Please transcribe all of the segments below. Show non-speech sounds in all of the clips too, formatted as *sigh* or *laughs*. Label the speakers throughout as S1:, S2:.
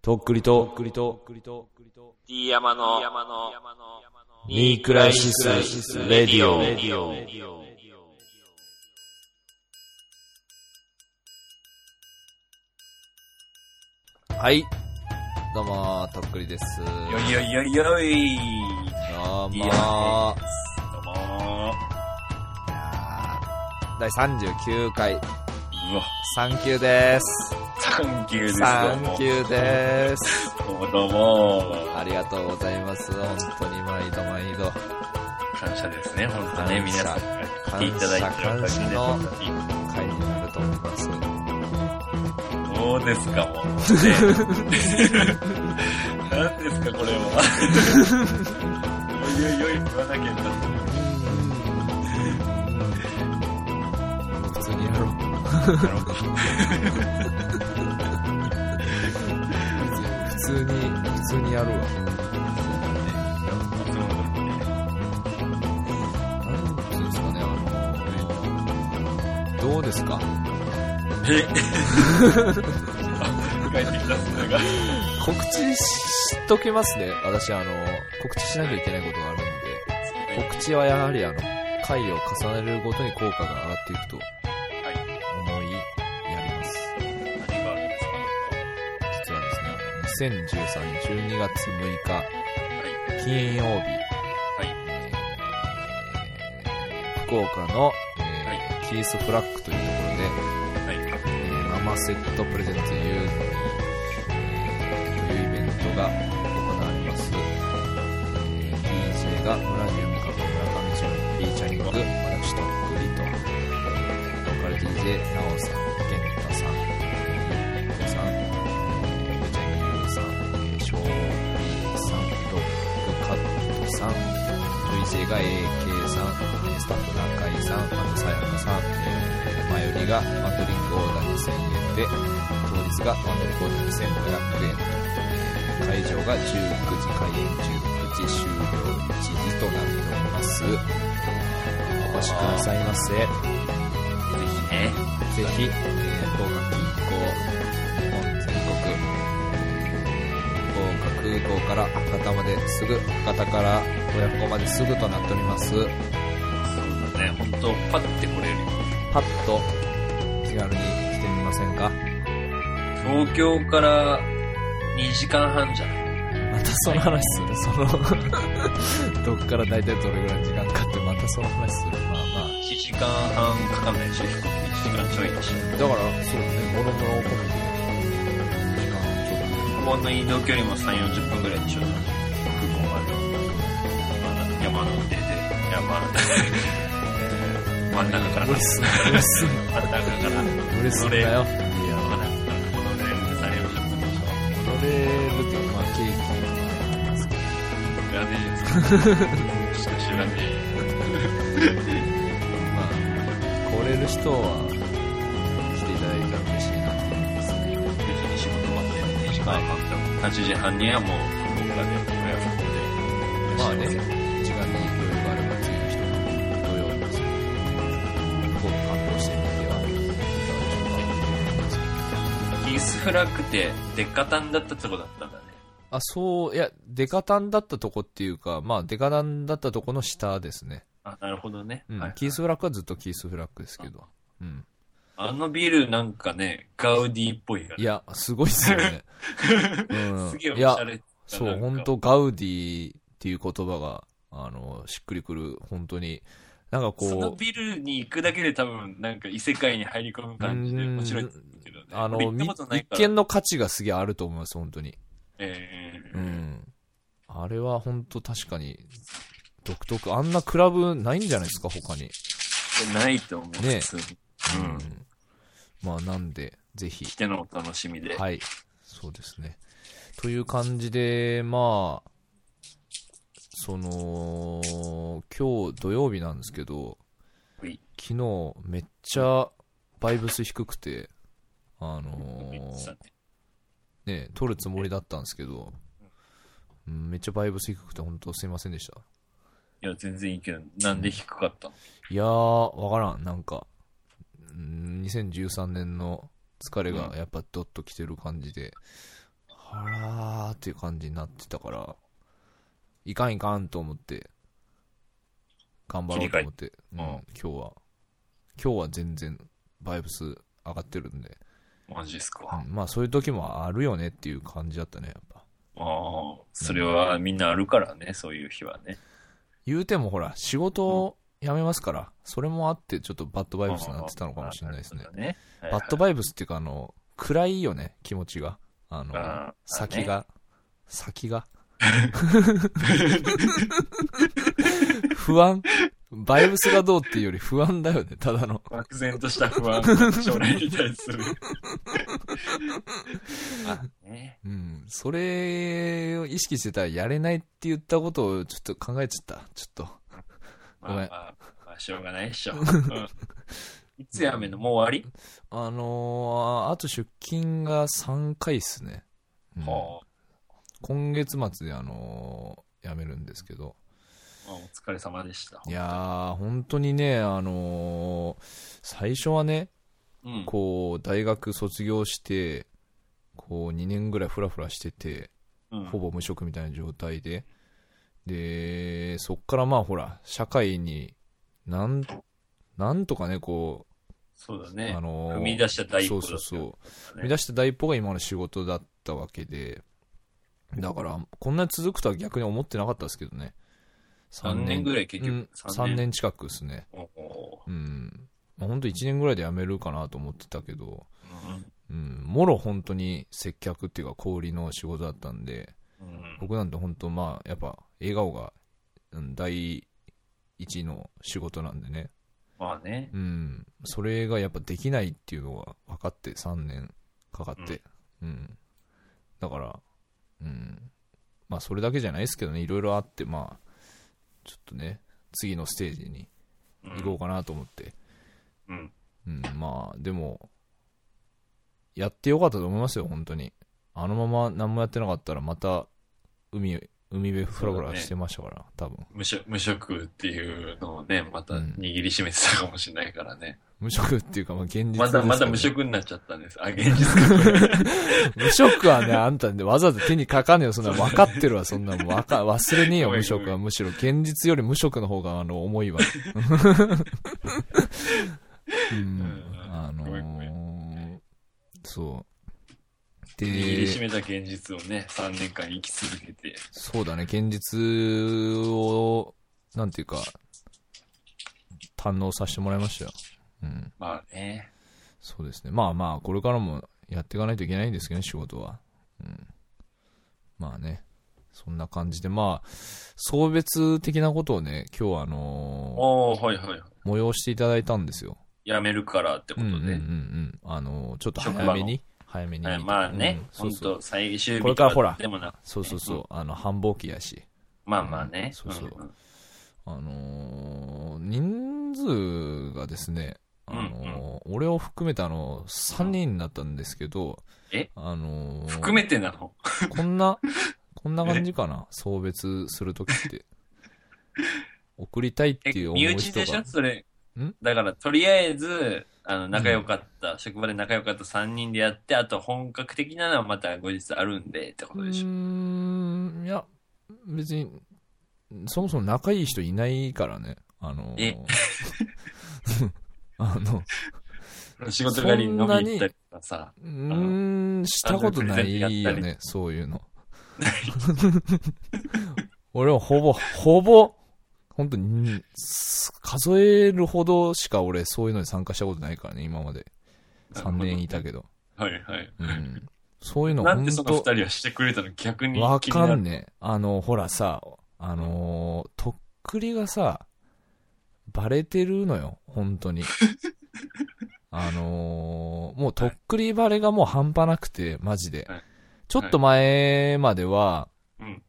S1: とっくりと、
S2: D 山の、
S1: ニークライシス、レディオ。はい。どうもー、とっくりです。よ
S2: よいよいよいよい。
S1: どうもー。
S2: い
S1: い
S2: や
S1: や
S2: どうもー。
S1: ー第39回、
S2: うわ、
S1: サンキューです。
S2: サンキューです。
S1: サンキューです。
S2: どうも。どうも。
S1: ありがとうございます。本当に毎度毎度。
S2: 感謝ですね、本当ね、
S1: 感謝
S2: 皆さんが来ていただいてるおかげで。
S1: 感回になると思います。
S2: どうですか、もう。ね、何ですか、これは。よいよいよい、言わなきゃいけない。
S1: 普通にやろう。
S2: なるほど
S1: 普通に、普通にやるわ。なんていうんですかね、あの、どうですか
S2: え帰ってきたすねが。
S1: 告知しときますね。私、あの、告知しなきゃいけないことがあるので、告知はやはり、あの、回を重ねるごとに効果が上がっていくと
S2: はい。
S1: 思いやります。
S2: 何があるんです
S1: 実はですね、2013年12月6日、
S2: か
S1: 金曜日、えー福岡の、えー
S2: は
S1: キースフラッグというところで、
S2: はい。はい。
S1: えーママセットプレゼントという、えーというイベントが行われます。えー DJ が村重美香と村上純フィーチャリング、私とクリと、ローカル DJ、なおさん、健太さん、ゆうこさん、えーぐちゃみゆうさん、えーしょうぴーさん、ロックカットさん、VJ が AK さん、えースタッフ中井さん、あとさやかさん、えー、前よりがマトリックオーダー2000円で、当日がマトリックオーダー2500円。会場が19時開演19時終了1時となっております。お越しくださいませ。ぜ
S2: ぜひね。
S1: ひ、えー、福岡近郊、日本全国、福岡空港から博多まですぐ、博多から親子まですぐとなっております。
S2: そうだね、本当パッて来れるよ。
S1: パッと気軽に来てみませんか
S2: 東京から2時間半じゃない
S1: またその話する。その、どっから大体どれぐらい時間かってまたその話する。まあまあ。
S2: ?1 時間半かかんないでしょ、飛行機1時間ちょいだし。
S1: だから、そうね、もろもろ込めて、時間ちょっとね、
S2: この移動距離も3、40分ぐらいでしょ、空港まで。まあ山の出て、山、真ん中から、
S1: 無理
S2: 真ん
S1: すんな、無理すん
S2: 中から、
S1: な、無理すんなよ。いや、
S2: 山だから、このレールで3、40分でしょ。
S1: モノレールっていうか、まあ、ケーキとかありますけど、
S2: 知らねえよ。しか知らねえよ。
S1: まあ、来れる人は、来ていただいたら嬉しいなと思いますね。
S2: 別に仕事までやって2時間半だ。8時半にはもう、福岡で、親子で。
S1: まあね、時間に余裕があれば次の人が土曜日です。こう観光してみてはいかがでしょうか。
S2: キースフラッグって、デッカタンだったとこだったんだね。
S1: あ、そう、いや、デカタンだったとこっていうか、まあ、デカタンだったとこの下ですね。
S2: あ、なるほどね。
S1: うん
S2: はい
S1: キースフラッグはずっとキースフラッグですけど。うん。
S2: あのビルなんかね、ガウディっぽいよ
S1: い
S2: *laughs* ね。
S1: や、すごいっすよね。うん、
S2: すげえお
S1: い
S2: し
S1: や
S2: ゃ、れ。
S1: そう、
S2: なんか
S1: 本当ガウディっていう言葉が、あの、しっくりくる、本当に。なんか
S2: その
S1: こう、
S2: ビルに行くだけで多分、なんか異世界に入り込む感じで面白いけどね。
S1: あの、
S2: 俺行った
S1: み
S2: ことない
S1: 一
S2: から。
S1: 見の価値がすげえあると思います、本当に。
S2: えー
S1: うん。あれは本当確かに、独特。あんなクラブないんじゃないですか、他に。
S2: ないと思う。
S1: ね
S2: 普通にうん。
S1: まあ、なんで、ぜひ
S2: 来。てのお楽しみで。
S1: はい。そうですね。という感じで、まあ、その、今日土曜日なんですけど、
S2: はい
S1: 昨日めっちゃバイブス低くて、あのーね、撮るつもりだったんですけど、うんめっちゃバイブス低くて本当すいませんでした。
S2: いや、全然いいけど、なんで低かったの
S1: いやー、わからん、なんか、うん2013年の疲れがやっぱドッと来てる感じで、腹っていう感じになってたから、いかんいかんと思って、頑張ろうと思って、うん、
S2: 替え
S1: 今日は、今日は全然バイブス上がってるんで、
S2: マジですか。
S1: う
S2: あ
S1: んまあそういう時もあるよねっていう感じだったね、やっぱ。
S2: あ、それはみんなあるからね、そういう日はね。
S1: 言うてもほら、仕事を辞めますから、それもあってちょっとバッドバイブスになってたのかもしれないですね
S2: あ。あなるほどね。
S1: バッドバイブスっていうか、あの、暗いよね、気持ちが。あの、
S2: あー
S1: 先が、先が。不安。バイブスがどうっていうより不安だよね、ただの。
S2: 漠然とした不安が将来に
S1: *laughs*
S2: 対する。あね、
S1: うん。それを意識してたらやれないって言ったことをちょっと考えちゃった。ちょっと。
S2: まあ
S1: ご
S2: ま
S1: めん
S2: あ、まあ、しょうがないっ
S1: *laughs*
S2: しょ。うんいつやめんのもう終わ
S1: あのーあと出勤が3回っすね。う
S2: り、
S1: ん
S2: は
S1: 今月末であのー辞めるんですけど。
S2: あ、まあお疲れ様でした。
S1: いやー、本当にね、あのー最初はね、
S2: うん、
S1: こう、大学卒業して、こう、2年ぐらいフラフラしてて、
S2: うん、
S1: ほぼ無職みたいな状態で、で、そっからまあほら、社会に、なん、なんとかね、こ
S2: そうだ
S1: う、
S2: ね
S1: あ。のー
S2: 踏み出した第一歩
S1: そ
S2: だ
S1: う
S2: った
S1: そうそう。
S2: ね
S1: 踏み出した第一歩が今の仕事だったわけで、だから、こんなに続くとは逆に思ってなかったですけどね。
S2: 3年ぐ
S1: らい
S2: らい結
S1: うん
S2: 局、、
S1: 3年近くですね。
S2: おお
S1: うん。まあ、ほんと1年ぐらいで辞めるかなと思ってたけど、
S2: う
S1: う
S2: ん
S1: ん、もろ本当に接客っていうか小売りの仕事だったんで、
S2: うん
S1: 僕なんて本当まあ、やっぱ笑顔が、うん、第一の仕事なんでね。
S2: まあね、
S1: うん。それがやっぱできないっていうのが分かって3年かかって。うん。だから、うん。まあそれだけじゃないですけどね、いろいろあって、まあ、ちょっとね、次のステージに
S2: うん
S1: 行こうかなと思って。
S2: うん
S1: うん、まあ、でも、やってよかったと思いますよ、本当に。あのまま何もやってなかったら、また、海、海辺フラフラしてましたから、多分。
S2: 無職。無職っていうのをね、また
S1: うん
S2: 握りしめてたかもしれないからね。
S1: 無職っていうか、まあ、現実です
S2: ま
S1: け
S2: だ
S1: ど
S2: まだ無職になっちゃったんです。あ、現実か。
S1: *laughs* 無職はね、あんたね、わざわざ手にかかんねえよ、そんなの分かってるわ、そんなのわか、忘れねえよ、
S2: ごめん
S1: 無職
S2: ご
S1: は。むしろ、現実より無職の方が、あの、重い
S2: *laughs*
S1: わ。う
S2: うんん、
S1: あの
S2: ごめんごめ
S1: ー、そう。で、
S2: 握りしめた現実をね、3年間生き続けて。
S1: そうだね、現実を、なんていうか、堪能させてもらいましたよ。うん。
S2: まあね。
S1: そうですね。まあまあ、これからもやっていかないといけないんですけどね、仕事は。うん。まあね。そんな感じで、まあ、送別的なことをね、今日はあの
S2: おー、はいはいはい。
S1: ー催していただいたんですよ。
S2: 辞めるからってこ
S1: うんうんうん
S2: と
S1: う
S2: で。
S1: ん。あのーちょっと
S2: 職
S1: 早
S2: 場
S1: め
S2: の
S1: に、早めに。
S2: はいまあね
S1: うん、そ
S2: 本
S1: う
S2: 当
S1: そう。
S2: 最終日
S1: これからほら
S2: でもな、
S1: そうそうそう。あの、繁忙期やし。
S2: まあまあね。
S1: そうそうん
S2: ん
S1: あのー人数がですね、あのー俺を含めてあの3人になったんですけど、
S2: え
S1: あのー
S2: 含めてなの
S1: こん
S2: *laughs*
S1: な、こんな感じかな、送別するときって。送りたいって
S2: え
S1: いう思
S2: 身
S1: い
S2: 内
S1: 人
S2: でしょ
S1: が。
S2: それ
S1: ん。
S2: だから、とりあえず、あの、仲良かった、職場で仲良かった3人でやって、あと本格的なのはまた後日あるんで、ってこ
S1: う
S2: とでしょ。
S1: ーん、いや、別に、そもそも仲いい人いないからね。あのー
S2: え
S1: *laughs* あの、
S2: 仕事帰りに飲みに行ったりとかさ。
S1: うーん、したことないよね、そういうの。
S2: *laughs*
S1: 俺はほぼ、ほぼ、本当に、す数えるほどしか俺そういうのに参加したことないからね、今まで。3年いたけど。
S2: はいはい。
S1: うん、そういうの
S2: なん
S1: 本
S2: でその
S1: 当
S2: 2人はしてくれたの逆に
S1: わ
S2: 気になる。
S1: かんねえ。あの、ほらさ、あのーとっくりがさ、バレてるのよ、本当
S2: *laughs*
S1: に。あのーもうとっくりバレがもう半端なくて、マジで
S2: はい。
S1: ちょっと前までは、
S2: うん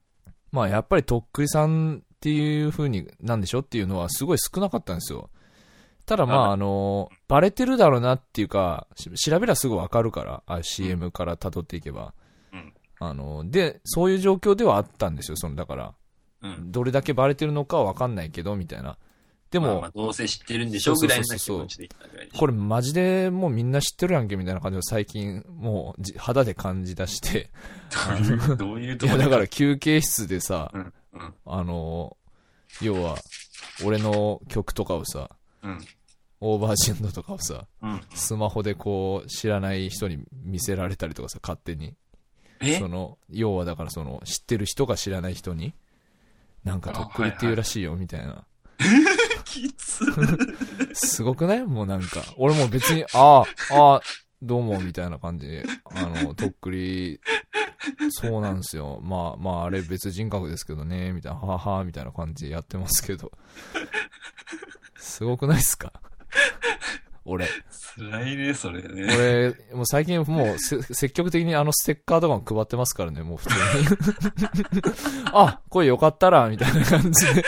S1: まあやっぱりとっくりさんっていう風になんでしょっていうのはすごい少なかったんですよ。ただまあ
S2: あ
S1: あのーバレてるだろうなっていうか、し調べりゃすぐわかるから、あ CM から辿っていけば。
S2: うん
S1: あのーで、そういう状況ではあったんですよ、その、だから。
S2: うん。
S1: どれだけバレてるのかは分かんないけどみたいなで
S2: まあ
S1: も、
S2: まあどうせ知ってるんでしょ
S1: そう
S2: ぐ
S1: そ
S2: ら
S1: う
S2: い
S1: そ
S2: の
S1: う
S2: 気
S1: そう
S2: 持ちでいったぐらいでしょ
S1: これマジでもうみんな知ってるやんけみたいな感じを最近もうじ肌で感じ出して。
S2: どういう *laughs* どういう
S1: い
S2: とこ
S1: や、 *laughs* だ
S2: で
S1: から休憩室でさ、
S2: うん、うん、
S1: あの、要は、俺の曲とかをさ、
S2: うん、
S1: オーバージェンドとかをさ、
S2: うん。
S1: スマホでこう、知らない人に見せられたりとかさ、勝手に。
S2: え
S1: その、要はだからその、知ってる人が知らない人に、なんかとっくりっていうらしいよ、みたいな。
S2: き
S1: *laughs*
S2: つ。
S1: すごくないもうなんか。俺も別に、ああ、ああ、どうも、みたいな感じで。あの、とっくり、そうなんですよ。まあ、まあ、あれ別人格ですけどね、みたいな、はあはあ、みたいな感じでやってますけど。すごくないっすか俺、
S2: 辛いね、それね。 *laughs*
S1: 俺、もう最近もうせ積極的にあのステッカーとかも配ってますからね、もう普通に。 *laughs* あ、これよかったら、みたいな感じで。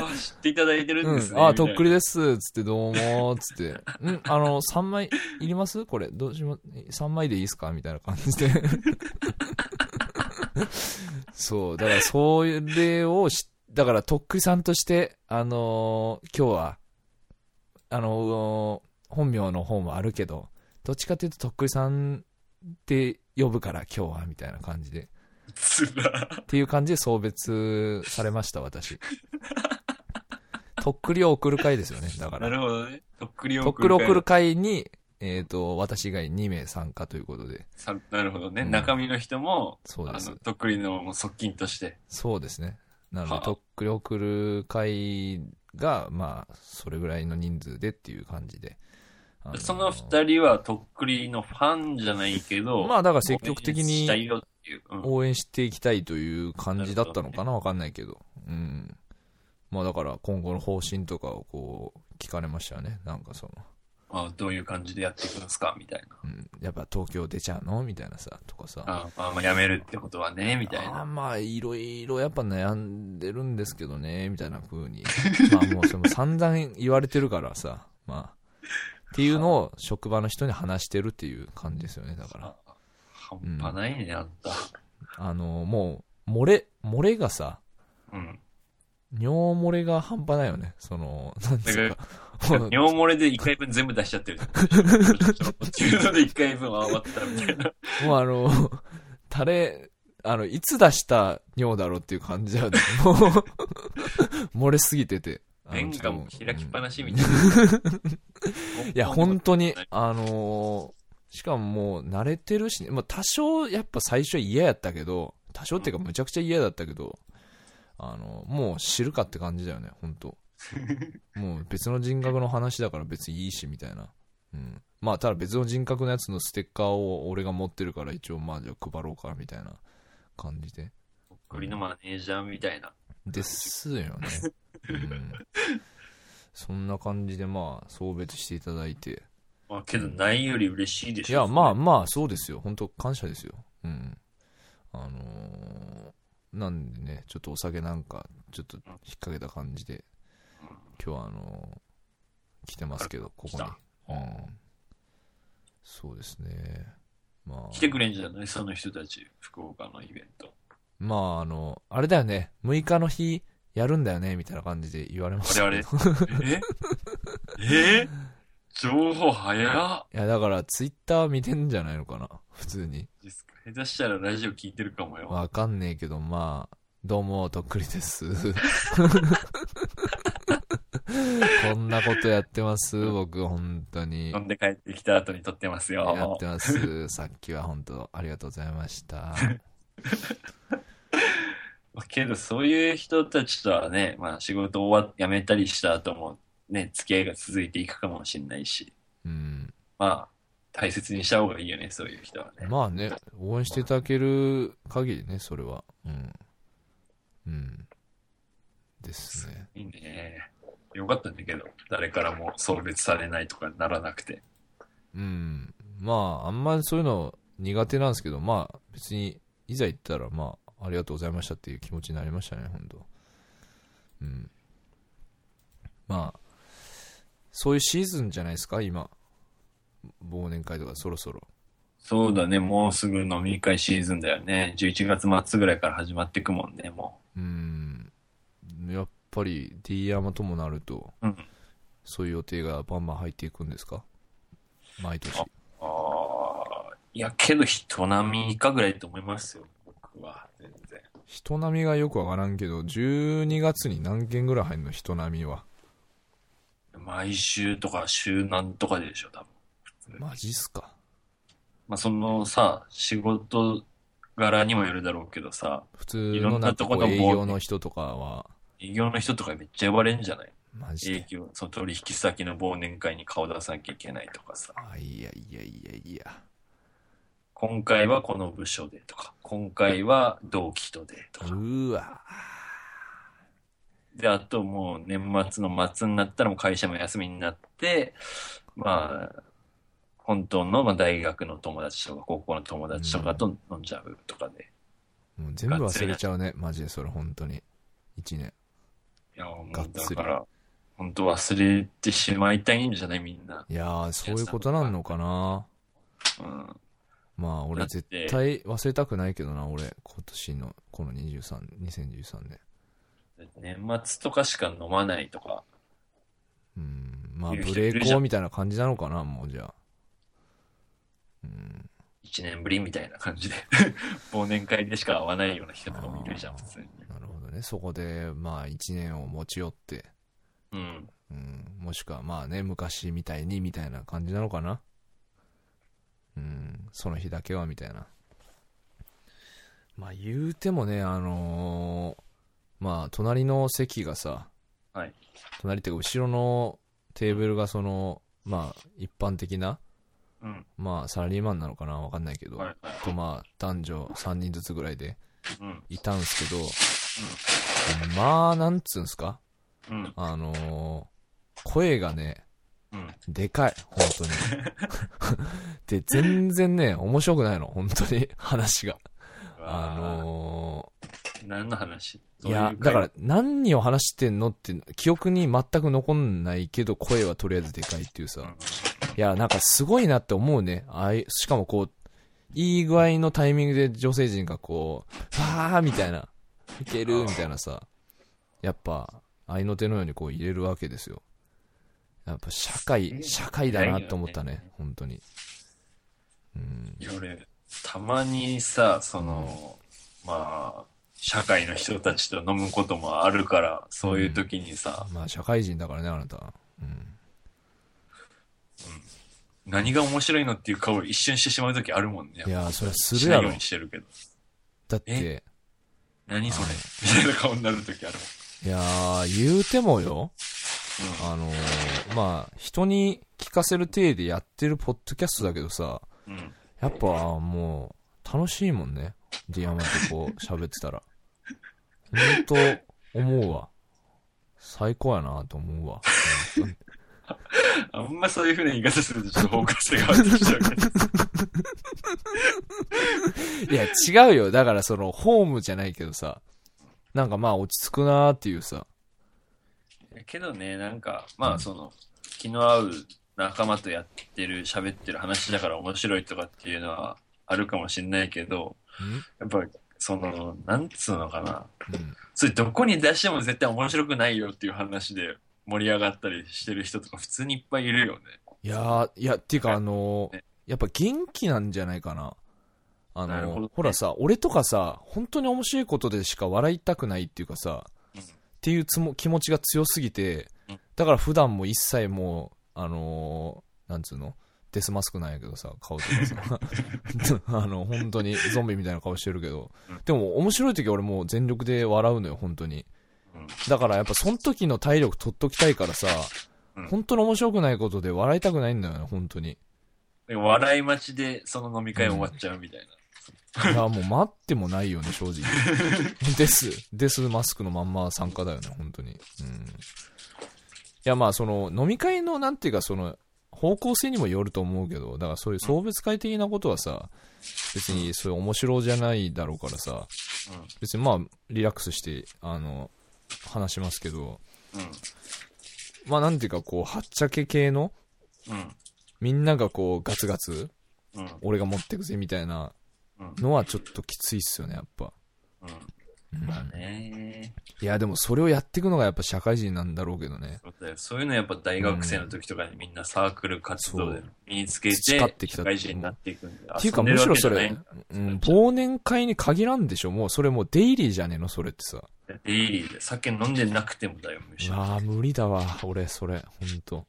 S2: あ知っていただいてるんです
S1: う
S2: ね。
S1: ん、あ、とっくり
S2: で。
S1: です、つって、どうも、つ
S2: *laughs*
S1: って、うん、あの、3枚いりますこれ、どうしま、3枚でいいですかみたいな感じで。 *laughs* そう、だから、それをし、だから、とっくりさんとして、あのー今日は、あのー本名の方もあるけど、どっちかっていうと、とっくりさんって呼ぶから、今日は、みたいな感じで。
S2: つら。
S1: っていう感じで送別されました、
S2: *laughs*
S1: 私。とっくりを送る会ですよね、だか
S2: な
S1: ら。
S2: るほどね。とっくりを
S1: とっ
S2: 送
S1: くり
S2: る
S1: を
S2: 会
S1: 送る会に、えっ、と、私以外2名参加ということで。
S2: さなるほどね。
S1: うん
S2: 中身の人も、
S1: そう
S2: あ
S1: です
S2: の、。とっくりのもう側近として。
S1: そうですね。なの
S2: は
S1: で、
S2: あ
S1: とっくりを送る会が、まあ、それぐらいの人数でっていう感じで。あー
S2: その二人はとっくりのファンじゃないけど、
S1: まあ、だから積極的
S2: 応援した
S1: に
S2: いよっていう。うん
S1: 応援していきたいという感じだったのかなわかんないけど。うん。まあ、だから今後の方針とかをこう、聞かれましたよね。なんかその。
S2: あどういう感じでやっていくんですかみたいな。
S1: うん、やっぱ東京出ちゃうのみたいなさ、とかさ。
S2: あまあ、まあ、やめるってことはね、みたい
S1: あー
S2: な。
S1: まあ、いろいろやっぱ悩んでるんですけどね、みたいな風に。 *laughs* まあもうそれも散々言われてるからさ、まあ。っていうのを職場の人に話してるっていう感じですよね、だから。
S2: 半端ないね、あんた。
S1: あの、もう、漏れ、漏れがさ、
S2: うん。
S1: 尿漏れが半端ないよね。その、なんですか。 *laughs* もう
S2: *laughs* 尿漏れで一回分全部出しち
S1: *laughs*
S2: ゃってる。っていうので一回分は終わったみたいな。
S1: *laughs* もうあの、タレ、あの、いつ出した尿だろうっていう感じだよね。もう、漏れすぎてて。あの
S2: 弁がも
S1: ちょっと
S2: う開きっぱなしみ
S1: うん
S2: たいな。
S1: *laughs* いや、本当に、あのーしかももう慣れてるしね、まあ、多少やっぱ最初嫌やったけど、多少っていうかむちゃくちゃ嫌だったけど、あのもう知るかって感じだよね、本 *laughs* 当もう別の人格の話だから別にいいし、みたいな。うん。まあ、ただ別の人格のやつのステッカーを俺が持ってるから一応まあじゃあ配ろうか、みたいな感じで。
S2: 栗のマネージャーみたいな。
S1: ですよね。 *laughs* うん。そんな感じでまあ送別していただいて。
S2: まあ、けど、ないより嬉しいでし
S1: い
S2: ょ。
S1: や、まあまあ、そうですよ。本当感謝ですよ。うん。あのーなんでね、ちょっとお酒なんか、ちょっと引っ掛けた感じで、今日はあのー来てますけど、ここ
S2: 来た
S1: に。うん。そうですね。まあ
S2: 来、てくれんじゃないその人たち、福岡のイベント。
S1: まあ、あの、あれだよね、6日の日、やるんだよね、みたいな感じで言われました。
S2: 我々。 *laughs* ええ情報早っ
S1: いや、だから、ツイッター見てんじゃないのかな、普通に。
S2: ですか下手したらラジオ聞いてるかもよ。
S1: わかんねえけど、まあ、どうも、とっくりです。こんなことやってます、僕、本当に。
S2: 飲
S1: や
S2: んで帰ってきた後に撮ってますよ。
S1: ってます。さっきは本当、ありがとうございました。
S2: けど、そういう人たちとはね、まあ、仕事終わ、辞めたりした後も、ね、付き合いが続いていくかもしれないし、
S1: うん。
S2: まあ、大切にした方がいいよね、そういう人はね。
S1: まあね、応援していただける限りね、それは。うん。うん。ですね。
S2: いいね。よかったんだけど、誰からも送別されないとかならなくて。
S1: うん。まあ、あんまりそういうの苦手なんですけど、まあ、別に、いざ行ったら、まあ、ありがとうございましたっていう気持ちになりましたね、本当うん。まあ、そういうシーズンじゃないですか、今。忘年会とかそろそろ。
S2: そうだね、もうすぐ飲み会シーズンだよね。11月末ぐらいから始まっていくもんね、も
S1: うん。やっぱり D 山ともなると、
S2: うん
S1: そういう予定がバンバン入っていくんですか毎年
S2: あああ、いや、けど人並み以下ぐらいと思いますよ、僕は。全然。
S1: 人並みがよくわからんけど12月に何件ぐらい入るの人並みは
S2: 毎週とか週何とかでしょ、多分。
S1: マジっすか
S2: まあ、そのさ、仕事柄にもよるだろうけどさ、
S1: 普通
S2: い
S1: の
S2: ろん
S1: なん
S2: な
S1: か
S2: と
S1: こ
S2: こ
S1: う
S2: の
S1: 営業の人とかは
S2: 営業の人とかめっちゃ呼ばれんじゃない
S1: マジ
S2: 営
S1: で
S2: 業、その取引先の忘年会に顔出さなきゃいけないとかさ、
S1: あいやいやいやいや
S2: 今回はこの部署でとか、今回は同期とでと
S1: う
S2: か。
S1: ーわ
S2: で、あともう年末の末になったらもう会社も休みになって、まあ、本当のまあ大学の友達とか高校の友達とかと飲んじゃうとかで。
S1: もう全部忘れちゃうねマジでそれ本当に1年
S2: いや、もう
S1: がっつり
S2: だから、本当忘れてしまいたいんじゃないみんな。
S1: いやーそういうことなんのかな
S2: うん。
S1: まあ俺
S2: だって
S1: 絶対忘れたくないけどな俺今年のこの23 2013年
S2: 年末とかしか飲まないとか。
S1: うんまあ
S2: いる
S1: ブ
S2: 人
S1: レ
S2: い
S1: イ
S2: る
S1: ク
S2: じゃん
S1: みたいな感じなのかなもうじゃあうん
S2: 一年ぶりみたいな感じで *laughs* 忘年会でしか会わないような人とかもいるじゃん普通に
S1: なるほどねそこでまあ1年を持ち寄って、
S2: うん
S1: うん、もしくはまあね昔みたいにみたいな感じなのかなうんその日だけはみたいなまあ言うてもねあのーまあ隣の席がさ
S2: はい
S1: 隣っていうか後ろのテーブルがそのまあ一般的な
S2: うん
S1: まあサラリーマンなのかなわかんないけど、
S2: はいはい
S1: とまあ男女3人ずつぐらいで
S2: うん
S1: いたんすけど、まあなんつうんすか
S2: うん
S1: あのー声がね
S2: うん
S1: でかい本当に *laughs* で全然ね面白くないの本当に話があの
S2: 何の話
S1: ーいやだから何を話してんのって記憶に全く残んないけど声はとりあえずでかいっていうさ、いや、なんかすごいなって思うね。ああいうしかもこう、いい具合のタイミングで女性陣がこう、わーみたいな、いけるみたいなさ、やっぱ、愛の手のようにこう入れるわけですよ。やっぱ社会、社会だなと思ったね、本当に。うん。
S2: いや俺たまにさそのまあ社会の人たちと飲むこともあるからそういう時にさ、
S1: まあ社会人だからね、あなた。うん。
S2: 何が面白いのっていう顔を一瞬してしまう時あるもんね
S1: いや、それはす
S2: し
S1: る
S2: な
S1: や
S2: いよ
S1: ろ
S2: うに。してるけど
S1: だって、
S2: 何それみたいな顔になる時ある
S1: いやー、言うてもよ。
S2: もん
S1: あのーまあ、人に聞かせる体でやってるポッドキャストだけどさ、
S2: うん
S1: *laughs*
S2: うん
S1: やっぱもう、楽しいもんね。ディアマとこう、喋ってたら。ほんと、思うわ。最高やなと思うわ。
S2: あんまそういうふうな言い方するとちょっと方向性が合ってきちゃうけど。
S1: いや、違うよ。だからその、ホームじゃないけどさ、なんかまあ、落ち着くなーっていうさ、
S2: けどね、なんか、まあその、気の合う仲間とやってる、喋ってる話だから面白いとかっていうのはあるかもしれないけど、やっぱその、なんつうのかな。
S1: んうん。
S2: それどこに出しても絶対面白くないよっていう話で盛り上がったりしてる人とか普通にいっぱいいるよね。
S1: いやー、いや、っていうかあのー
S2: ね
S1: やっぱ元気なんじゃないかな。あの
S2: なる
S1: ー
S2: ほ
S1: ほ
S2: どね
S1: らさ、俺とかさ、本当に面白いことでしか笑いたくないっていうかさ、
S2: うん
S1: っていうつも気持ちが強すぎて
S2: うん、
S1: だから普段も一切もう、あのーなんつうのデスマスクなんやけどさ、顔とかさ、 *laughs* あの、本当にゾンビみたいな顔してるけど
S2: うん、
S1: でも面白い時は俺もう全力で笑うのよ、本当に。
S2: うん
S1: だからやっぱその時の体力取っときたいからさ
S2: うん、
S1: 本当に面白くないことで笑いたくないんだよね、本当
S2: *laughs*
S1: に。
S2: で笑い待ちでその飲み会終わっちゃうみたいな。
S1: いや、もう待ってもないよね、
S2: *laughs*
S1: 正直。です。です、マスクのまんま参加だよね、本当に。うん。いや、まあ、その、飲み会の、なんていうか、その、方向性にもよると思うけど、だからそういう送別会的なことはさ、別にそういう面白じゃないだろうからさ、
S2: うん
S1: 別にまあ、リラックスして、あの、話しますけど、まあ、なんていうか、こう、はっちゃけ系の、
S2: うん。うん。
S1: みんながこう、ガツガツ、
S2: うん。
S1: 俺が持ってくぜ、みたいな
S2: うん。
S1: のはちょっときついっすよね、やっぱ。
S2: うんまあね。
S1: いや、でもそれをやっていくのがやっぱ社会人なんだろうけどね。
S2: そうだよそういうのやっぱ大学生の時とかにみんなサークル活動
S1: そ
S2: で
S1: う
S2: 身につけ
S1: 培って
S2: て、
S1: きた
S2: 社会人になっていくんで。
S1: っていうか
S2: 遊ん
S1: む
S2: でる
S1: しろ
S2: わけじ
S1: そ
S2: ゃない
S1: れ、うん、忘年会に限らんでしょ。もうそれもうデイリーじゃねえの、それってさ。
S2: デイリーで酒飲んでなくてもだよ、むしろ。
S1: ああ、無理だわ、俺、それ、ほんと。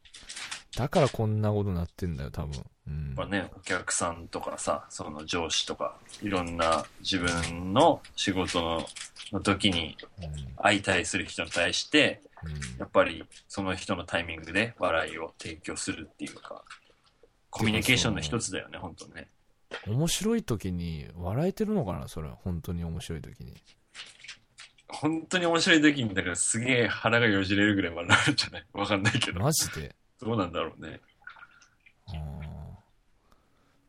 S1: だからこんなことなってんだよ、多分。うん。
S2: やっぱね、お客さんとかさ、その上司とか、いろんな自分の仕事のの時に相対する人に対して、
S1: うん
S2: やっぱりその人のタイミングで笑いを提供するっていうか、コミュニケーションの一つだよね、本当ね。
S1: うん面白い時に笑えてるのかな、それ。本当に面白い
S2: *laughs*
S1: 時に。
S2: 本当に面白い時に、だからすげえ腹がよじれるぐらい笑うんじゃないわかんないけど。
S1: マジで。
S2: どうなんだろうね。
S1: あー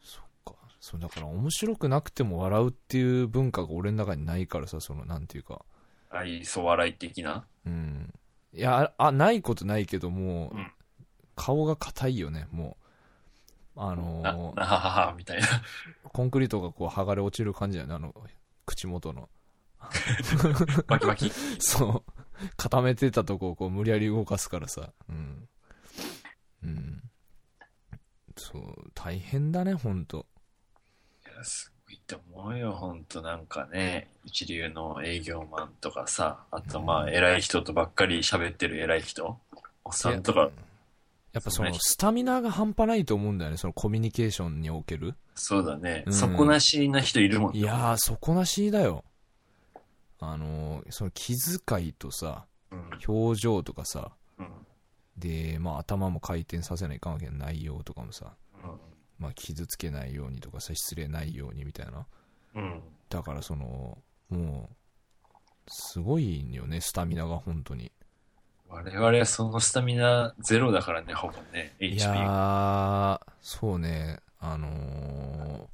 S1: そっか。そう、だから面白くなくても笑うっていう文化が俺の中にないからさ、その、なんていうか。
S2: 愛想笑い的な。
S1: うん。いや、あ、あないことないけども、
S2: うん
S1: 顔が硬いよね、もう。あ
S2: な、
S1: のー
S2: なははは、みたいな。
S1: *laughs* コンクリートがこう剥がれ落ちる感じだよね、あの、口元の。 *laughs*
S2: バキバキ。
S1: そう。固めてたとこをこう無理やり動かすからさ。うん。うん。そう、大変だね、ほんと。
S2: いやすごいと思うよ、ほんとなんかね、一流の営業マンとかさ、あとまあ、偉い人とばっかり喋ってる偉い人、おっさんと
S1: いや
S2: か、
S1: やっぱその
S2: そうね
S1: スタミナが半端ないと思うんだよね、そのコミュニケーションにおける。
S2: そうだね
S1: う、ん
S2: 底なしな人いるもんね
S1: いやー、底なしだよ。あのーその気遣いとさ、
S2: うん
S1: 表情とかさ、
S2: うん
S1: で、まあ頭も回転させないかんわけない内容とかもさ、まあ傷つけないようにとかさ、失礼ないようにみたいな。
S2: うんうん
S1: だからその、もう、すごいんよね、スタミナが本当に。
S2: 我々はそのスタミナゼロだからね、ほぼね、
S1: い
S2: HP が。
S1: やー、そうね、あのー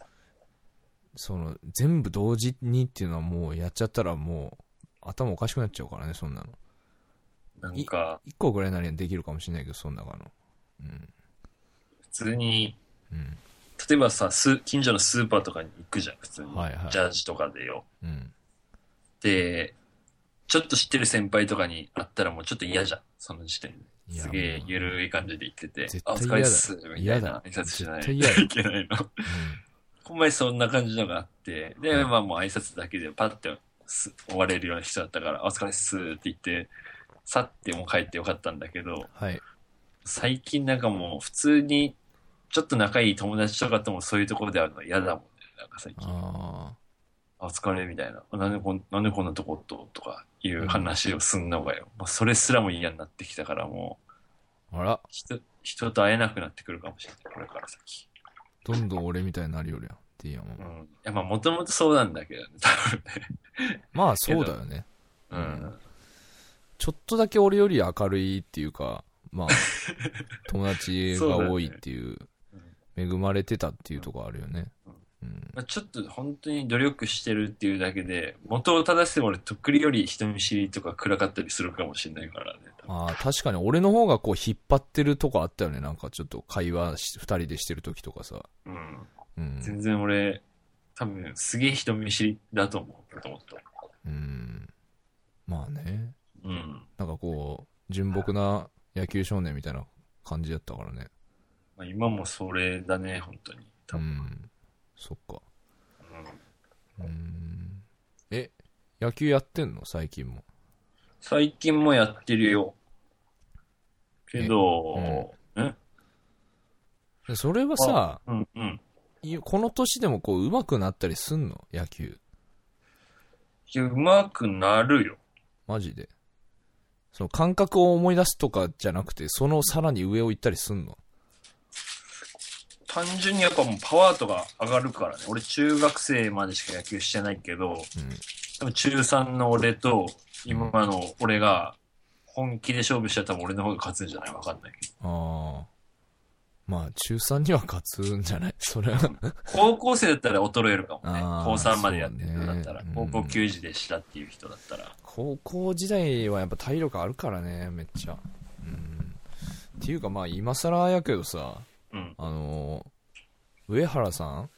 S1: その、全部同時にっていうのはもうやっちゃったらもう、頭おかしくなっちゃうからね、そんなの。
S2: なんか、
S1: 一個ぐらいなりにできるかもしれないけど、その中の。うん。
S2: 普通に、
S1: うん。
S2: 例えばさ、ス近所のスーパーとかに行くじゃん、普通に。
S1: はいはい
S2: ジャージとかでよ。
S1: うん。
S2: で、ちょっと知ってる先輩とかに会ったらもうちょっと嫌じゃん、その時点
S1: い
S2: で。
S1: や
S2: すげえゆるい感じで言ってて
S1: 絶、
S2: あ、
S1: 対
S2: お
S1: 嫌
S2: 疲
S1: だ
S2: れっす、みた
S1: 嫌
S2: い
S1: だ
S2: な挨拶しない
S1: 絶
S2: と
S1: 対
S2: い
S1: 嫌だ
S2: けないの。 *laughs* ほんまにそんな感じのがあって、で、
S1: うん
S2: まあもう挨拶だけでパッてす終われるような人だったから、あお疲れっすって言って、去ってもう帰ってよかったんだけど、
S1: はい。
S2: 最近なんかもう普通に、ちょっと仲いい友達とかともそういうところで会うの嫌だもんね、なんか最近。
S1: あ
S2: あお疲れみたいな。なんでこんなんでこんなとこおっととかいう話をすんのがよ。もうそれすらも嫌になってきたからもう
S1: ー。あら、
S2: 人、人と会えなくなってくるかもしれない。これから先。
S1: どんどん俺みたいになるよりは。っていうや。
S2: うんん。いや、まあもともとそうなんだけどね、
S1: まあ、そうだよね。
S2: 多分ね。うん。
S1: ちょっとだけ俺より明るいっていうか、
S2: *laughs*
S1: まあ、友達が多いっていう、恵まれてたっていうところあるよね。うん。
S2: まあ、ちょっと本当に努力してるっていうだけで、元を正しても俺、とっくりより人見知りとか暗かったりするかもしれないからね。多分
S1: ああ、確かに俺の方がこう引っ張ってるとこあったよね。なんかちょっと会話し、二人でしてる時とかさ。
S2: うん。
S1: うん。
S2: 全然俺、多分すげえ人見知りだと思う、もともと。
S1: うん。まあね。
S2: うん。
S1: なんかこう、純朴な野球少年みたいな感じだったからね。
S2: まあ、今もそれだね、本当に。多
S1: う
S2: 分。
S1: ん。そっか。
S2: うん
S1: うん。え、野球やってんの最近も。
S2: 最近もやってるよ。けど、うん、
S1: でそれはさ、
S2: うん、うん。
S1: いこの年でもこう上手くなったりすんの野球
S2: いやうまくなるよ。
S1: マジでその感覚を思い出すとかじゃなくてそのさらに上を行ったりすんの
S2: 単純にやっぱもうパワーとか上がるからね。俺中学生までしか野球してないけど、多分中3の俺と今の俺が本気で勝負したら多分俺の方が勝つんじゃないわかんないけど。
S1: うんああまあ中3には勝つんじゃない *laughs* それは
S2: 高校生だったら衰えるかもね
S1: あー。
S2: 高3までやってる人だったら、
S1: そうね
S2: 高
S1: う
S2: 校
S1: ん
S2: 球児でしたっていう人だったら。
S1: 高校時代はやっぱ体力あるからねめっちゃうんっていうかまあ今更やけどさ
S2: うん。
S1: あのー上原さん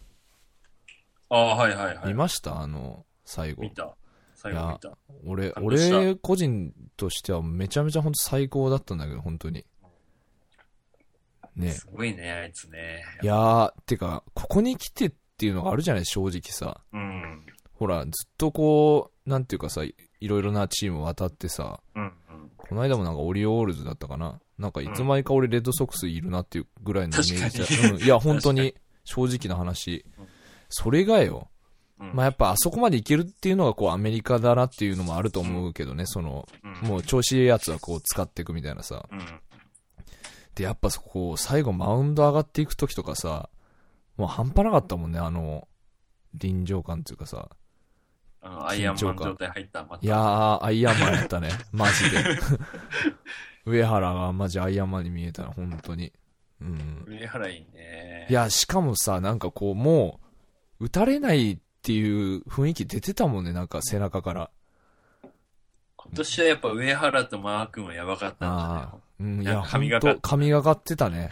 S2: ああ、はいはいはい。
S1: 見ましたあの最後
S2: 見た。最後見た。
S1: 俺、
S2: 感動した
S1: 俺個人としてはめちゃめちゃ本当最高だったんだけど、本当に。ね。
S2: すごいね、あいつね。
S1: いやー、てか、ここに来てっていうのがあるじゃない、正直さ。
S2: うん。
S1: ほら、ずっとこう、なんていうかさ、いいろいろなチーム渡ってさ、
S2: うんうん。
S1: この間もなんかオリオールズだったかな。なんかいつまにか俺レッドソックスいるなっていうぐらいのイメージ
S2: 確
S1: だ、うん、いや、本当に、正直な話
S2: うん。
S1: それがよ、
S2: うん
S1: まあやっぱあそこまでいけるっていうのがこうアメリカだなっていうのもあると思うけどね、その、
S2: うん
S1: もう調子いいやつはこう使っていくみたいなさ。
S2: うん。
S1: で、やっぱそこ、最後マウンド上がっていく時とかさ、もう半端なかったもんね、あの、臨場感っていうかさ。
S2: あの、アイアンマン状態入った。また
S1: いやー、アイアンマンやったね。 *laughs* マジで。上原がマジアイアンマンに見えたら、本当に。うん。
S2: 上原いいね。
S1: いや、しかもさ、なんかこう、もう、打たれないっていう雰囲気出てたもんね、なんか背中から。
S2: 今年はやっぱ上原とマー君はやばかったんだ
S1: ああー。うん、い
S2: な
S1: や、
S2: んか神
S1: 本
S2: がか
S1: 当神がかってたね。
S2: ね。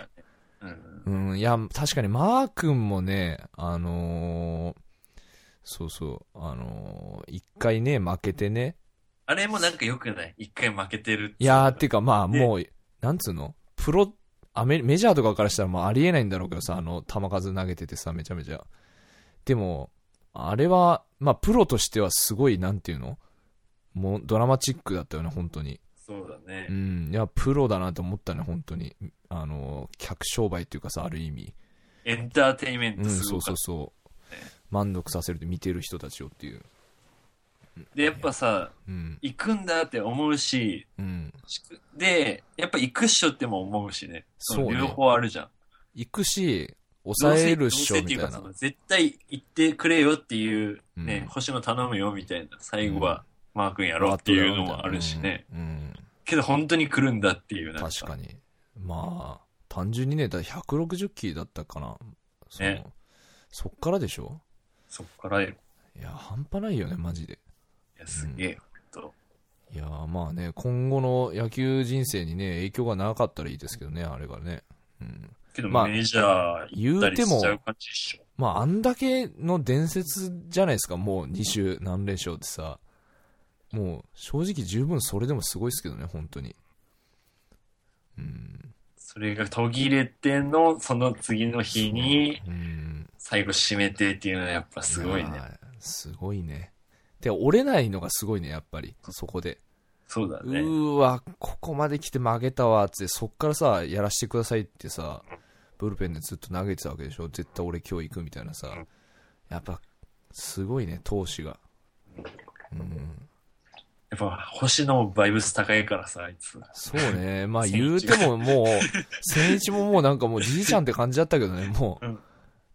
S2: うん。
S1: うん、いや、確かにマー君もね、あのーそうそう、あのー一回ね、負けてね。
S2: あれもなんか良くない一回負けてる
S1: いやー、っていうかまあ、もう、なんつうのプロ、アメ、メジャーとかからしたらまあありえないんだろうけどさ、あの、球数投げててさ、めちゃめちゃ。でも、あれは、まあ、プロとしてはすごい、なんていうのもう、ドラマチックだったよね、本当に。
S2: そうだね
S1: う。ん、いや、プロだなと思ったね、本当に。あのー、客商売っていうかさ、ある意味。
S2: エンターテインメン
S1: うん、
S2: トす
S1: そ
S2: ご
S1: う
S2: か
S1: そ
S2: っ
S1: うそう。満足させるって見てる人たちをっていう。
S2: た。で、やっぱさ、
S1: うん。
S2: 行くんだって思うし、
S1: うん。
S2: しで、やっぱ行くっしょっても思うしね。
S1: そうね
S2: 両方あるじゃん。
S1: 行くし、抑えるっしょ
S2: ど
S1: みたい
S2: うせどうせってうかそ
S1: な
S2: の。絶対行ってくれよっていう、ね、
S1: うん
S2: 星野頼むよみたいな、最後はマー君やろうっていうのもあるしね。。
S1: うん。うん
S2: けど本当に来るんだっていう、なん
S1: 確かに。まあ、単純にね、だから160キーだったかな。その
S2: ね
S1: そっからでしょ
S2: そっからよ。
S1: いや、半端ないよね、マジで。
S2: いや、すげえ、ほんと。
S1: いや、まあね、今後の野球人生にね、影響がなかったらいいですけどね、あれがね。うん。
S2: けど、
S1: まあ
S2: メジャー行ったりしちゃう感じっしょ。
S1: まあ、あんだけの伝説じゃないですか、もう2週何連勝ってさ、もう正直十分それでもすごいですけどね、本当に。うん。
S2: それが途切れての、その次の日に、
S1: うん。
S2: 最後締めてっていうのはやっぱすごいね。
S1: やー。すごいね。で、折れないのがすごいね、やっぱり、そこで。
S2: そうだ
S1: う
S2: ね。
S1: ーわ、ここまで来て負けたわ、つって、そっからさ、やらしてくださいってさ、ブルペンでずっと投げてたわけでしょ絶対俺今日行くみたいなさ。やっぱ、すごいね、投手が。うん。
S2: やっぱ星のバイブス高いからさ、あいつ。
S1: そう
S2: *laughs*
S1: ね。まあ
S2: 千一
S1: 言うてももう、千一ももうなんかもうじいちゃんって感じだったけど
S2: *laughs*
S1: ね、もう
S2: うん。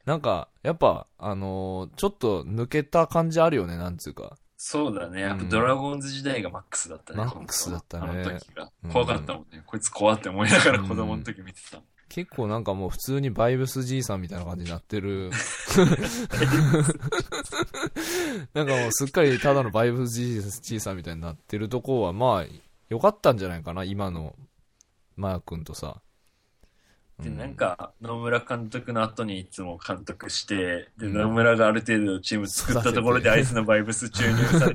S1: なんか、やっぱ、あのーちょっと抜けた感じあるよね、なんつうか。
S2: そうだね。やっぱドラゴンズ時代がマックスだったね。
S1: マックスだったね
S2: あの時が
S1: うん。
S2: 怖かったもんね。こいつ怖って思いながら子供の時見てたもん。
S1: 結構なんかもう普通にバイブスじいさんみたいな感じになって
S2: *laughs*
S1: る。なんかもうすっかりただのバイブスじいじいさんみたいになってるとこは、まあ、良かったんじゃないかな、今の、マヤ君とさ。
S2: で、
S1: う
S2: なん、か、野村監督の後にいつも監督して、
S1: う
S2: で、
S1: ん
S2: 野村がある程度チーム作ったところで
S1: 育てて
S2: アイスのバイブス注入さ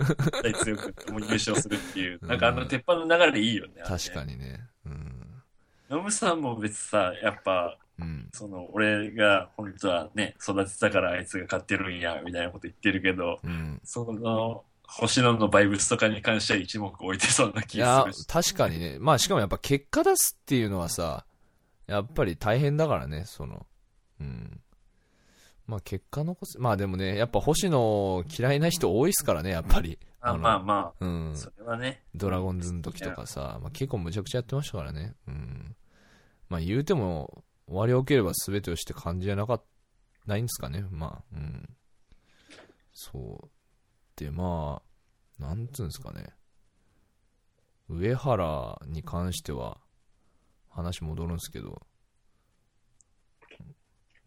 S2: れて強くもう優勝するっていう、
S1: うん
S2: なんかあの鉄板の流れいいよね。
S1: 確か
S2: に。
S1: にね。うん。
S2: 野村さんも別にさ、やっぱ、
S1: うん。
S2: その、俺が本当はね、育てたからあいつが勝ってるんや、みたいなこと言ってるけど、
S1: うん。
S2: その、星野のバイブスとかに関しては一目置いてそうな気
S1: い
S2: が
S1: や
S2: するし、。
S1: 確かにね。まあ、しかもやっぱ結果出すっていうのはさ、やっぱり大変だからね、その、うん。まあ、結果残す。まあでもね、やっぱ星野嫌いな人多いっすからね、やっぱり。
S2: あ
S1: の
S2: まあま
S1: う
S2: あ、
S1: ん。
S2: それはね。
S1: ドラゴンズの時とかさ、まあ、結構むちゃくちゃやってましたからね。うん。まあ、言うても、終わりを受ければ全てをして感じじゃなかっないんですかね。まあ、うん。そう。で、まあ、なんつうんですかね。上原に関しては、話戻るんですけど、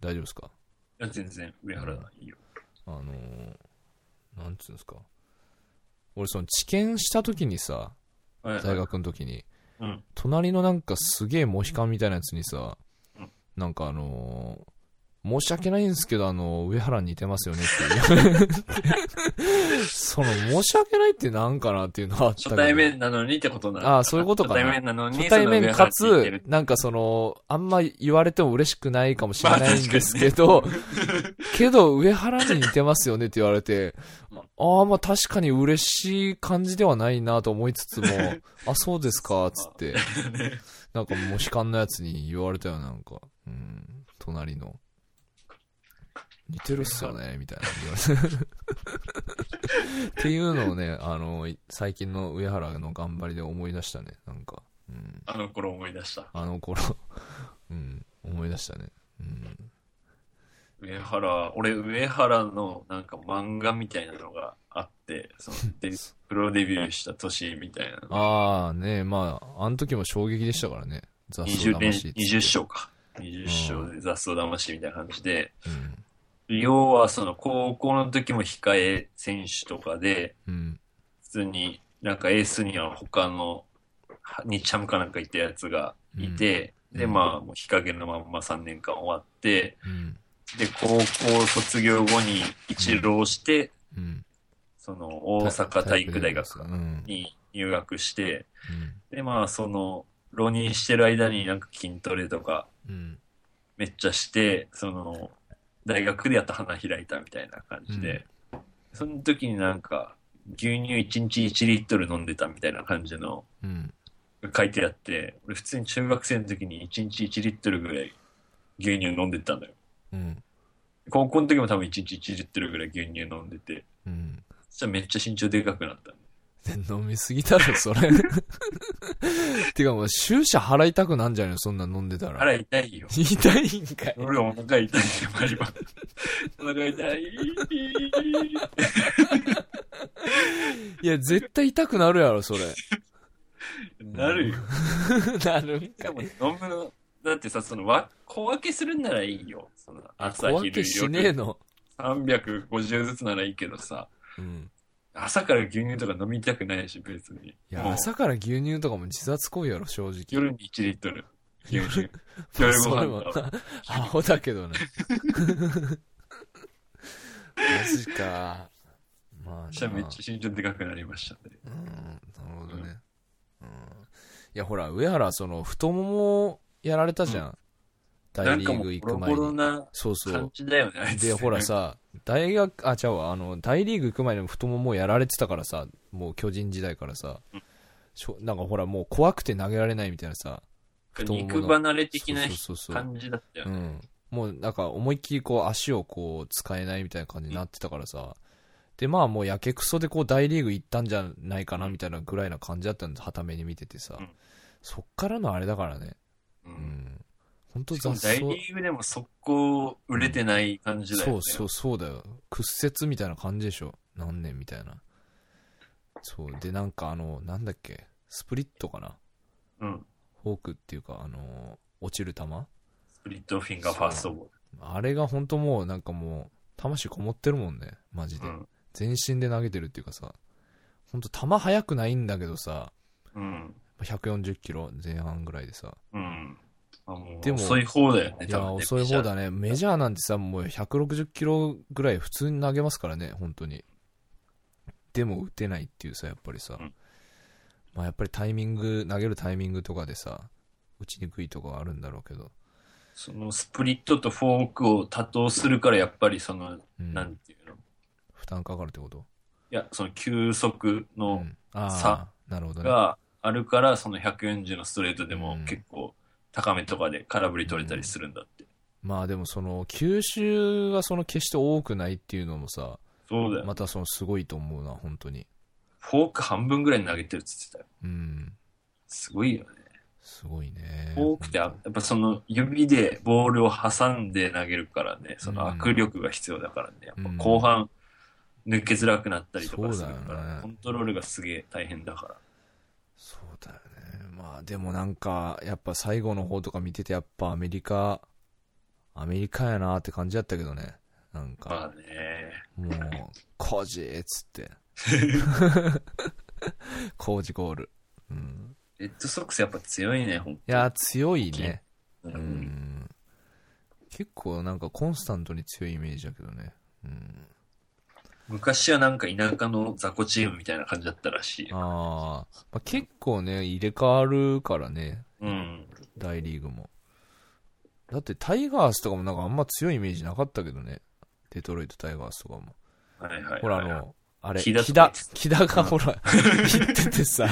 S1: 大丈夫ですか
S2: いや全然、上原いいよ。
S1: あのーなんつうんですか。俺、その、治験した時にさ、
S2: はい
S1: 大学の時に、
S2: うん
S1: 隣のなんかすげえモヒカンみたいなやつにさ
S2: うん、
S1: なんかあのー申し訳ないんですけど、あの、上原に似てますよねっていう。 *laughs* その、申し訳ないってなんかなっていうのはあったけ
S2: 初
S1: ど。
S2: 対面なのにってことなの
S1: ああそういうことかな
S2: 初対面なのに、
S1: 初対
S2: そ
S1: 面
S2: の
S1: か
S2: 上原って言って
S1: つ
S2: る、
S1: なんかその、あんま言われても嬉しくないかもしれ
S2: まあ
S1: ない
S2: 確
S1: ん
S2: かにね
S1: ですけど、けど上原に似てますよねって言われて、ああ、まあ確かに嬉しい感じではないなと思いつ
S2: *laughs*
S1: つも、あ、そうですか、つって、なんかもう悲観のやつに言われたよ、なんか、うん、隣の。似てるっすよ
S2: *laughs*
S1: ね、みたいな言われて。っていうのをね、あの、最近の上原の頑張りで思い出したね、なんか。うん
S2: あの頃思い出した。
S1: あの頃、うん、思い出したね。うん。
S2: 上原、俺、上原のなんか漫画みたいなのがあって、そのデビプロデビューした年みたいなの。
S1: *laughs* ああ、ねまあ、あの時も衝撃でしたからね。雑草
S2: 20,
S1: 魂っ
S2: 年
S1: て。
S2: 20章か。20章で雑草魂みたいな感じで、
S1: うん。
S2: 要はその高校の時も控え選手とかで、
S1: うん。
S2: 普通になんかエースには他のにちゃむかなんかいたやつがいて、
S1: うん
S2: で
S1: うん
S2: まあもう日陰のまんま3年間終わって
S1: うん。
S2: で高校卒業後に一浪して、
S1: うん。
S2: その大阪体育大
S1: 体
S2: 学
S1: うん。うん。
S2: に入学してでまあその浪人してる間になんか筋トレとか
S1: うん。
S2: めっちゃしてその大学でやった花開いたみたいな感じで、その時になんか牛乳1日1リットル飲んでたみたいな感じの
S1: うん。
S2: 書いてあって俺普通に中学生の時に1日1リットルぐらい牛乳飲んでたんだよ
S1: うん。
S2: 高校の時も多分1日1リットルぐらい牛乳飲んでて
S1: うん。
S2: そしたらめっちゃ身長でかくなった
S1: で飲みすぎたろ、それ。てかもう、注射払いたくなんじゃないのそんな飲んでたら。
S2: あら痛いよ
S1: 痛いんかい。
S2: 俺お腹痛いってマリバお腹痛い
S1: いや、絶対痛くなるやろ、それ。 *laughs*
S2: なるよ
S1: なるん
S2: し
S1: か
S2: か
S1: い
S2: も飲むのだってさそのわ小分けするんならいいよその朝
S1: 小分
S2: 昼
S1: けしねえ
S2: 夜
S1: の。
S2: 350ずつならいいけどさ
S1: うん。
S2: 朝から牛乳とか飲みたくないし別に
S1: い
S2: も
S1: や、
S2: う
S1: 朝から牛乳とかも自殺行為やろ、正直。
S2: 夜に1リットル牛乳夜ご飯
S1: それ
S2: だ
S1: もアホだけ *laughs* どね。マジか。まあな、
S2: じゃめっちゃ身長でかくなりましたね。
S1: うん、なるほどね。うん。いや、ほら、上原、その、太ももをやられたじゃん。
S2: な
S1: 大
S2: ん
S1: リ
S2: か
S1: ー
S2: も
S1: グ
S2: う
S1: 行
S2: ボロ
S1: く
S2: ボ
S1: 前
S2: ロ
S1: に。
S2: な
S1: そうそ
S2: 感
S1: う。
S2: じだよね、あいつ。
S1: で、ほら。さ、大学、あ、ちゃうわ、あの、大リーグ行く前にも太ももをやられてたからさ、もう巨人時代からさ、しょなんかほら、もう怖くて投げられないみたいなさ、太ももの
S2: 肉離れ的
S1: そ
S2: な
S1: うそうそうそう
S2: 感じだったよ
S1: う
S2: ね。
S1: ん、もうなんか思いっきりこう足をこう使えないみたいな感じになってたからさ、でまあもうやけくそでこう大リーグ行ったんじゃないかなみたいなぐらいな感じだったんですはために見ててさ、
S2: うん
S1: そっからのあれだからね
S2: う。
S1: うんん本当
S2: しか
S1: 雑草
S2: も大リーグでも速攻売れてない感じだよ
S1: そ
S2: ね。
S1: うそうそうだよ屈折みたいな感じでしょ何年みたいなそうでなんかあのなんだっけスプリットかな
S2: うん。
S1: フォークっていうかあの落ちる球
S2: スプリットフィンガーファーストボ
S1: あれが本当もうなんかもう魂こもってるもんねマジ
S2: ー
S1: で、
S2: ル。うん。
S1: 全身で投げてるっていうかさ、ほんと球速くないんだけどさ、
S2: うん。
S1: 140キロ前半ぐらいでさ。
S2: うん。あもう
S1: でも
S2: 遅い方だよね、
S1: いや、
S2: 多分ね
S1: 遅い方。だね。メジャーなんてさ、もう160キロぐらい普通に投げますからね、本当に。でも打てないっていうさ、やっぱりさ
S2: うん。
S1: まあやっぱりタイミング、投げるタイミングとかでさ、打ちにくいとかはあるんだろうけど。
S2: そのスプリットとフォークを多投するから、やっぱりその、
S1: うん
S2: なんていうのい
S1: 負担かかるってこと
S2: や、その球速
S1: う
S2: の、
S1: ん。あ
S2: さ
S1: あ、なるほどね。
S2: があるから、その140のストレートでも
S1: うん
S2: 結構高めとかで空振り取れたりするんだって。
S1: まあでもその、吸収はその決して多くないっていうのもさ、
S2: そうだよ。
S1: またそのすごいと思うな、本当に。
S2: フォーク半分ぐらい投げてるって言ってたよ。
S1: うん。
S2: すごいよね。
S1: すごいね。
S2: フォークってあやっぱその指でボールを挟んで投げるからね、その握力が必要だからね、やっぱ後半抜けづらくなったりとかする
S1: そうだ
S2: か
S1: よ
S2: ら、
S1: ね
S2: コントロールがすげえ大変だから。
S1: そうだよね。まあでもなんか、やっぱ最後の方とか見てて、やっぱアメリカ、アメリカやなって感じだったけどね。なんか、
S2: まあね、
S1: もう、コージーっつ
S2: *laughs*
S1: って。コージゴール。うん。
S2: レッドソックスやっぱ強いね、ほんと
S1: いや、強いね。
S2: う
S1: うんん。結構なんかコンスタントに強いイメージだけどね。うん。
S2: 昔はなんか田舎の雑魚チームみたいな感じだったらしい。
S1: あー、まあ、結構ね、入れ替わるからね、
S2: うん。
S1: 大リーグも。だってタイガースとかもなんかあんま強いイメージなかったけどね。デトロイトタイガースとかも。
S2: はいはい、はい。
S1: ほらあの、あれ、
S2: 木
S1: 木田
S2: 田とか言って、
S1: 木田がほら、言っててさ、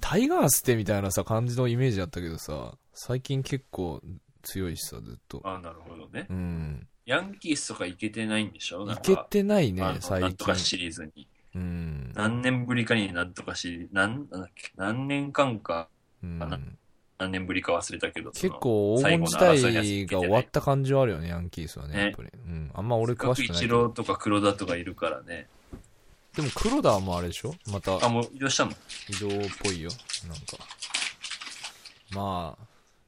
S1: タイガースってみたいなさ、感じのイメージだったけどさ、最近結構強いしさ、ずっと。
S2: *laughs* あ、なるほどね。
S1: うん。
S2: ヤンキースとか行けてないんでしょないんか
S1: けてない
S2: あ
S1: ね
S2: の、なん
S1: 最
S2: とか
S1: 近。
S2: シリーズに。
S1: うん。
S2: 何年ぶりかになんとかシリーズ、なんなんだっけ、何年間か、
S1: うん
S2: 何年ぶりか忘れたけど、そ
S1: 結
S2: の
S1: 構黄金時代が終わった感じはあるよね、ヤンキースはね、
S2: ね
S1: やっぱり。うん。あんま俺詳しくない
S2: 一
S1: けど。
S2: 郎とか黒田とかいるからね。
S1: でも黒田もあれでしょまた
S2: あ、もう移動したの
S1: 移動っぽいよ。なんか。まあ、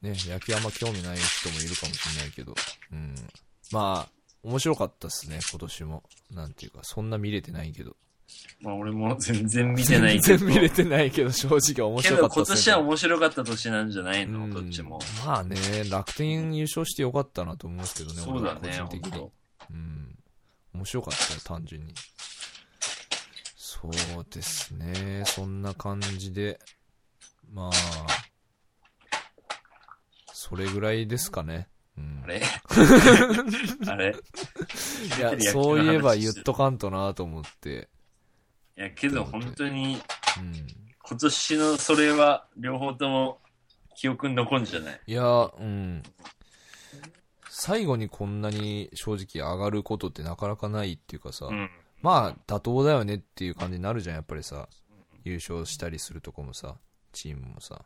S1: ね、野球あんま興味ない人もいるかもしれないけど。うん。まあ、面白かったっすね、今年も。なんていうか、そんな見れてないけど。
S2: まあ俺も全然見てないけ
S1: 全
S2: ど。
S1: 然見れてないけど、正直面
S2: け
S1: 白か
S2: ど
S1: った
S2: 今
S1: っすね。
S2: 年は面白かった年なんじゃないの、
S1: うん
S2: どっちも。
S1: まあね、楽天優勝してよかったなと思うんですけどね、
S2: そうだね
S1: 俺は、個人的に
S2: 本。
S1: うん。面白かったよ、単純に。そうですね。そんな感じで。まあ、それぐらいですかね。うん *laughs*
S2: あ、れあれ
S1: いや、そういえば言っとかんとなと思って。
S2: いや、けど本当に
S1: うん。
S2: 今年のそれは両方とも記憶に残るんじゃない
S1: いや、うん。最後にこんなに正直上がることってなかなかないっていうかさ、
S2: うん。
S1: まあ妥当だよねっていう感じになるじゃんやっぱりさ優勝したりするとこもさチームもさ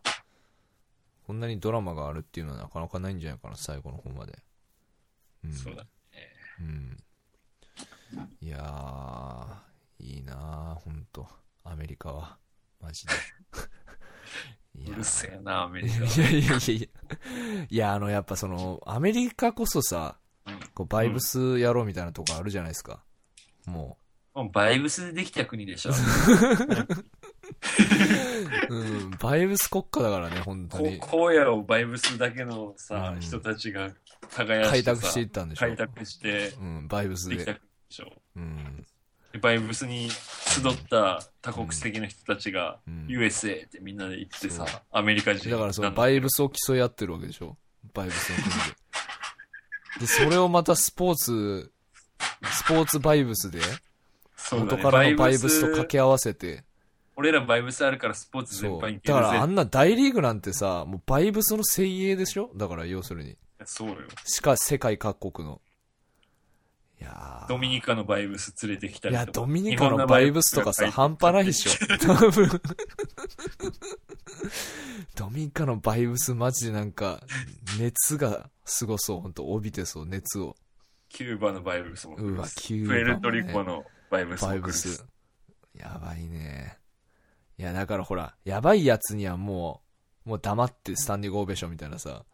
S1: こんなにドラマがあるっていうのはなかなかないんじゃないかな最後の方までうん
S2: そうだ。
S1: うんいやーいいなあほんとアメリカはマ
S2: *laughs*
S1: ジでいうや
S2: るせえな、アメ
S1: い
S2: リカ。
S1: やいやいやいやいやあのやっぱそのアメリカこそさ
S2: うん
S1: こうバイブスやろうみたいなとこあるじゃないですか、もう
S2: もうバイブスでできた国でしょ。
S1: うん、バイブス国家だからね、本当
S2: こ
S1: に。
S2: 荒野をバイブスだけのさ、
S1: うん
S2: 人たちが耕して
S1: 開
S2: さ
S1: 拓していったんでしょ。
S2: 開拓して
S1: うん、バイブス
S2: でき
S1: で。
S2: た国でしょ。
S1: うん。
S2: でバイブスに集った多国籍の人たちが、
S1: うん
S2: USA ってみんなで行ってさ、
S1: そう
S2: アメリカ人
S1: だからその
S2: なんだ
S1: バイブスを競い合ってるわけでしょ。バイブスの国で。で、それをまたスポーツ、スポーツバイブスで、
S2: そうだ
S1: 元
S2: ね
S1: からのバイブスと掛け合わせて。
S2: 俺らバイブスあるからスポーツ全
S1: そう。
S2: 般い
S1: だ
S2: ける
S1: からあ
S2: ぜ。
S1: んな大リーグなんてさ、もうバイブスの精鋭でしょだから要するに。
S2: そうよ。
S1: しか世界各国の。いやー
S2: ドミニカのバイブス連れてきた
S1: い
S2: り
S1: や、
S2: とか。
S1: ドミニカのバイブスとかさ、半端ないでしょ。多分。ドミニカのバイブスマジでなんか、熱がすごそう。ほんと、帯びてそう、熱を。
S2: キューバのバイブスも来るし。
S1: うわキューバ
S2: プ
S1: ね
S2: エルトリコのバイブスも
S1: バイ
S2: 来る
S1: ブ
S2: し
S1: ス。。やばいね。いや、だからほら、やばいやつにはもう、もう黙ってスタンディングオベーションみたいなさ。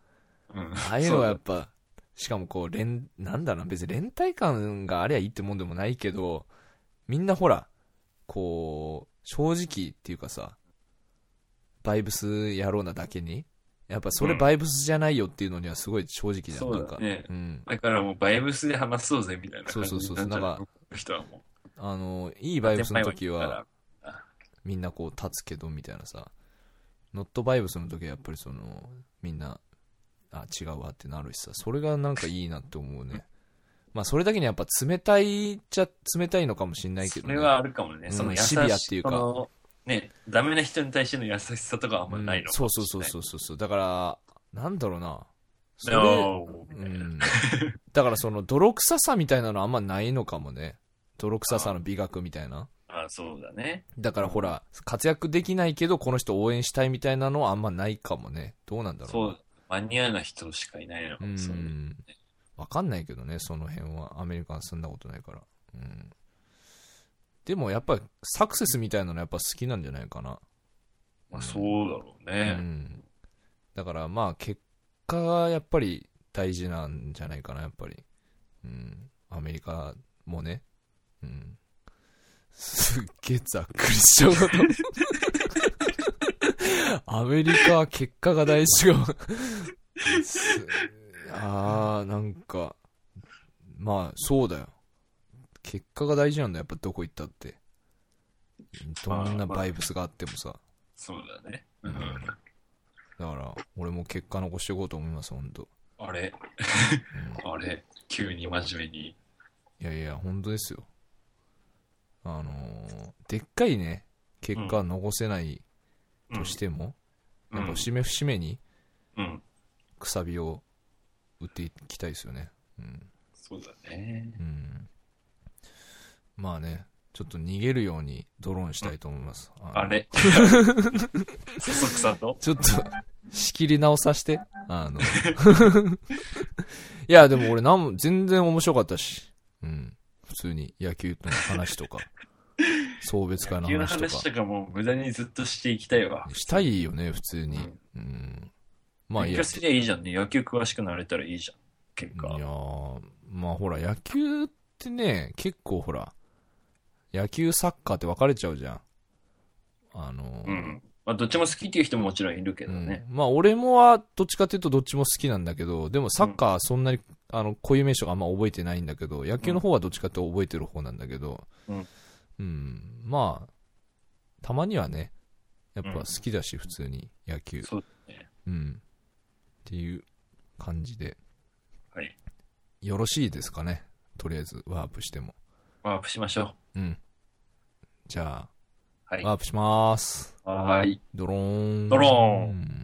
S2: うん
S1: ああいうのはやっぱ、しかもこう、連、なんだろうな、別に連帯感がありゃいいってもんでもないけど、みんなほら、こう、正直っていうかさ、バイブスやろうなだけに、やっぱそれ
S2: うん
S1: バイブスじゃないよっていうのにはすごい正直じゃん、
S2: そうだ
S1: なんか。
S2: ね
S1: うん。
S2: だからもうバイブスで話そうぜみたいな感じ
S1: そうそ
S2: に
S1: う
S2: な
S1: そう
S2: っちゃう。
S1: なんか
S2: 人はも。
S1: あの、いいうバイブスの時
S2: 先輩行
S1: は
S2: く、
S1: みんなこう立つけどみたいなさ、ノットバイブスの時はやっぱりその、みんな、あ、違うわってなるしさ、それがなんかいいなって思うね。まあそれだけにやっぱ冷たいっちゃ冷たいのかもしんな
S2: ら、
S1: いけど
S2: そ
S1: ね。
S2: れはあるかもね。
S1: うん
S2: その優し
S1: シビアっていうか
S2: そのね、ダメな人に対しての優しさとかはあんまりないの
S1: うん
S2: かも
S1: そう
S2: し
S1: そ
S2: れな
S1: う
S2: い
S1: そうそうそうそう。だから、なんだろうな。それ、
S2: No み
S1: う。
S2: たいなん
S1: だからその泥臭さみたいなのあんまないのかもね。泥臭さの美学みたいな。
S2: あそうだね。
S1: だからほら、活躍できないけどこの人応援したいみたいなのはあんまないかもね。どうなんだろうな
S2: そう、マニアな人しかいないのか
S1: う。
S2: も。そういうん
S1: わかんないけどね、その辺は。アメリカン住んだことないから。うん。でもやっぱサクセスみたいなのやっぱ好きなんじゃないかな。
S2: まあ、そうだろうね。
S1: うん。だからまあ結果がやっぱり大事なんじゃないかな、やっぱり。うん。アメリカもね。うん。すっげえざっくりしちゃうこと。アメリカは結果が大事が。すああなんかまあそうだよ結果が大事なんだよやっぱどこ行ったってどんなバイブスがあってもさ
S2: そうだね。うん
S1: だから俺も結果残していこうと思います本当、
S2: あれ、
S1: うん、
S2: あれ、急に真面目に。
S1: いやいや、本当ですよ。あのーでっかいね、結果は残せない
S2: うん
S1: としても、
S2: うん
S1: やっぱ節目節目に
S2: うん。
S1: くさびを打っていきたいですよね。うん。
S2: そうだね。
S1: うん、まあね、ちょっと逃げるようにドローンしたいと思います。の *laughs*
S2: あれそそくさと
S1: ちょっと、仕切り直させて。あの。 *laughs* いや、でも俺なんも、全然面白かったし。うん。普通に野球の話とか、送別会の
S2: 急な
S1: 話とか
S2: 話。とかもう無駄にずっとしていきたいわ。
S1: したいよね、普通に
S2: うん。
S1: うん。まあいい
S2: 勉
S1: や。
S2: 強
S1: い
S2: すりゃいいじゃんね。野球詳しくなれたらいいじゃん。結
S1: や
S2: 果。
S1: ーまあほら、野球ってね、結構ほら、野球、サッカーって分かれちゃうじゃん。あのー、
S2: うん。まあ、どっちも好きっていう人ももちろんいるけどね。
S1: うんまあ俺もはどっちかっていうとどっちも好きなんだけど、でもサッカーはそんなに、あの、固有名称があんま覚えてないんだけど、野球の方はどっちかっていうと覚えてる方なんだけど、
S2: うん
S1: うんまあ、たまにはね、やっぱ好きだし、普通に野球。
S2: そうだね
S1: うん。っていう感じで、
S2: はい。
S1: よろしいですかね。とりあえず、ワープしても。
S2: ワープしましょ
S1: うん。じゃあ、
S2: う。はい。
S1: ワープしまーす。
S2: はーい。
S1: ドローン。
S2: ドローン
S1: ン。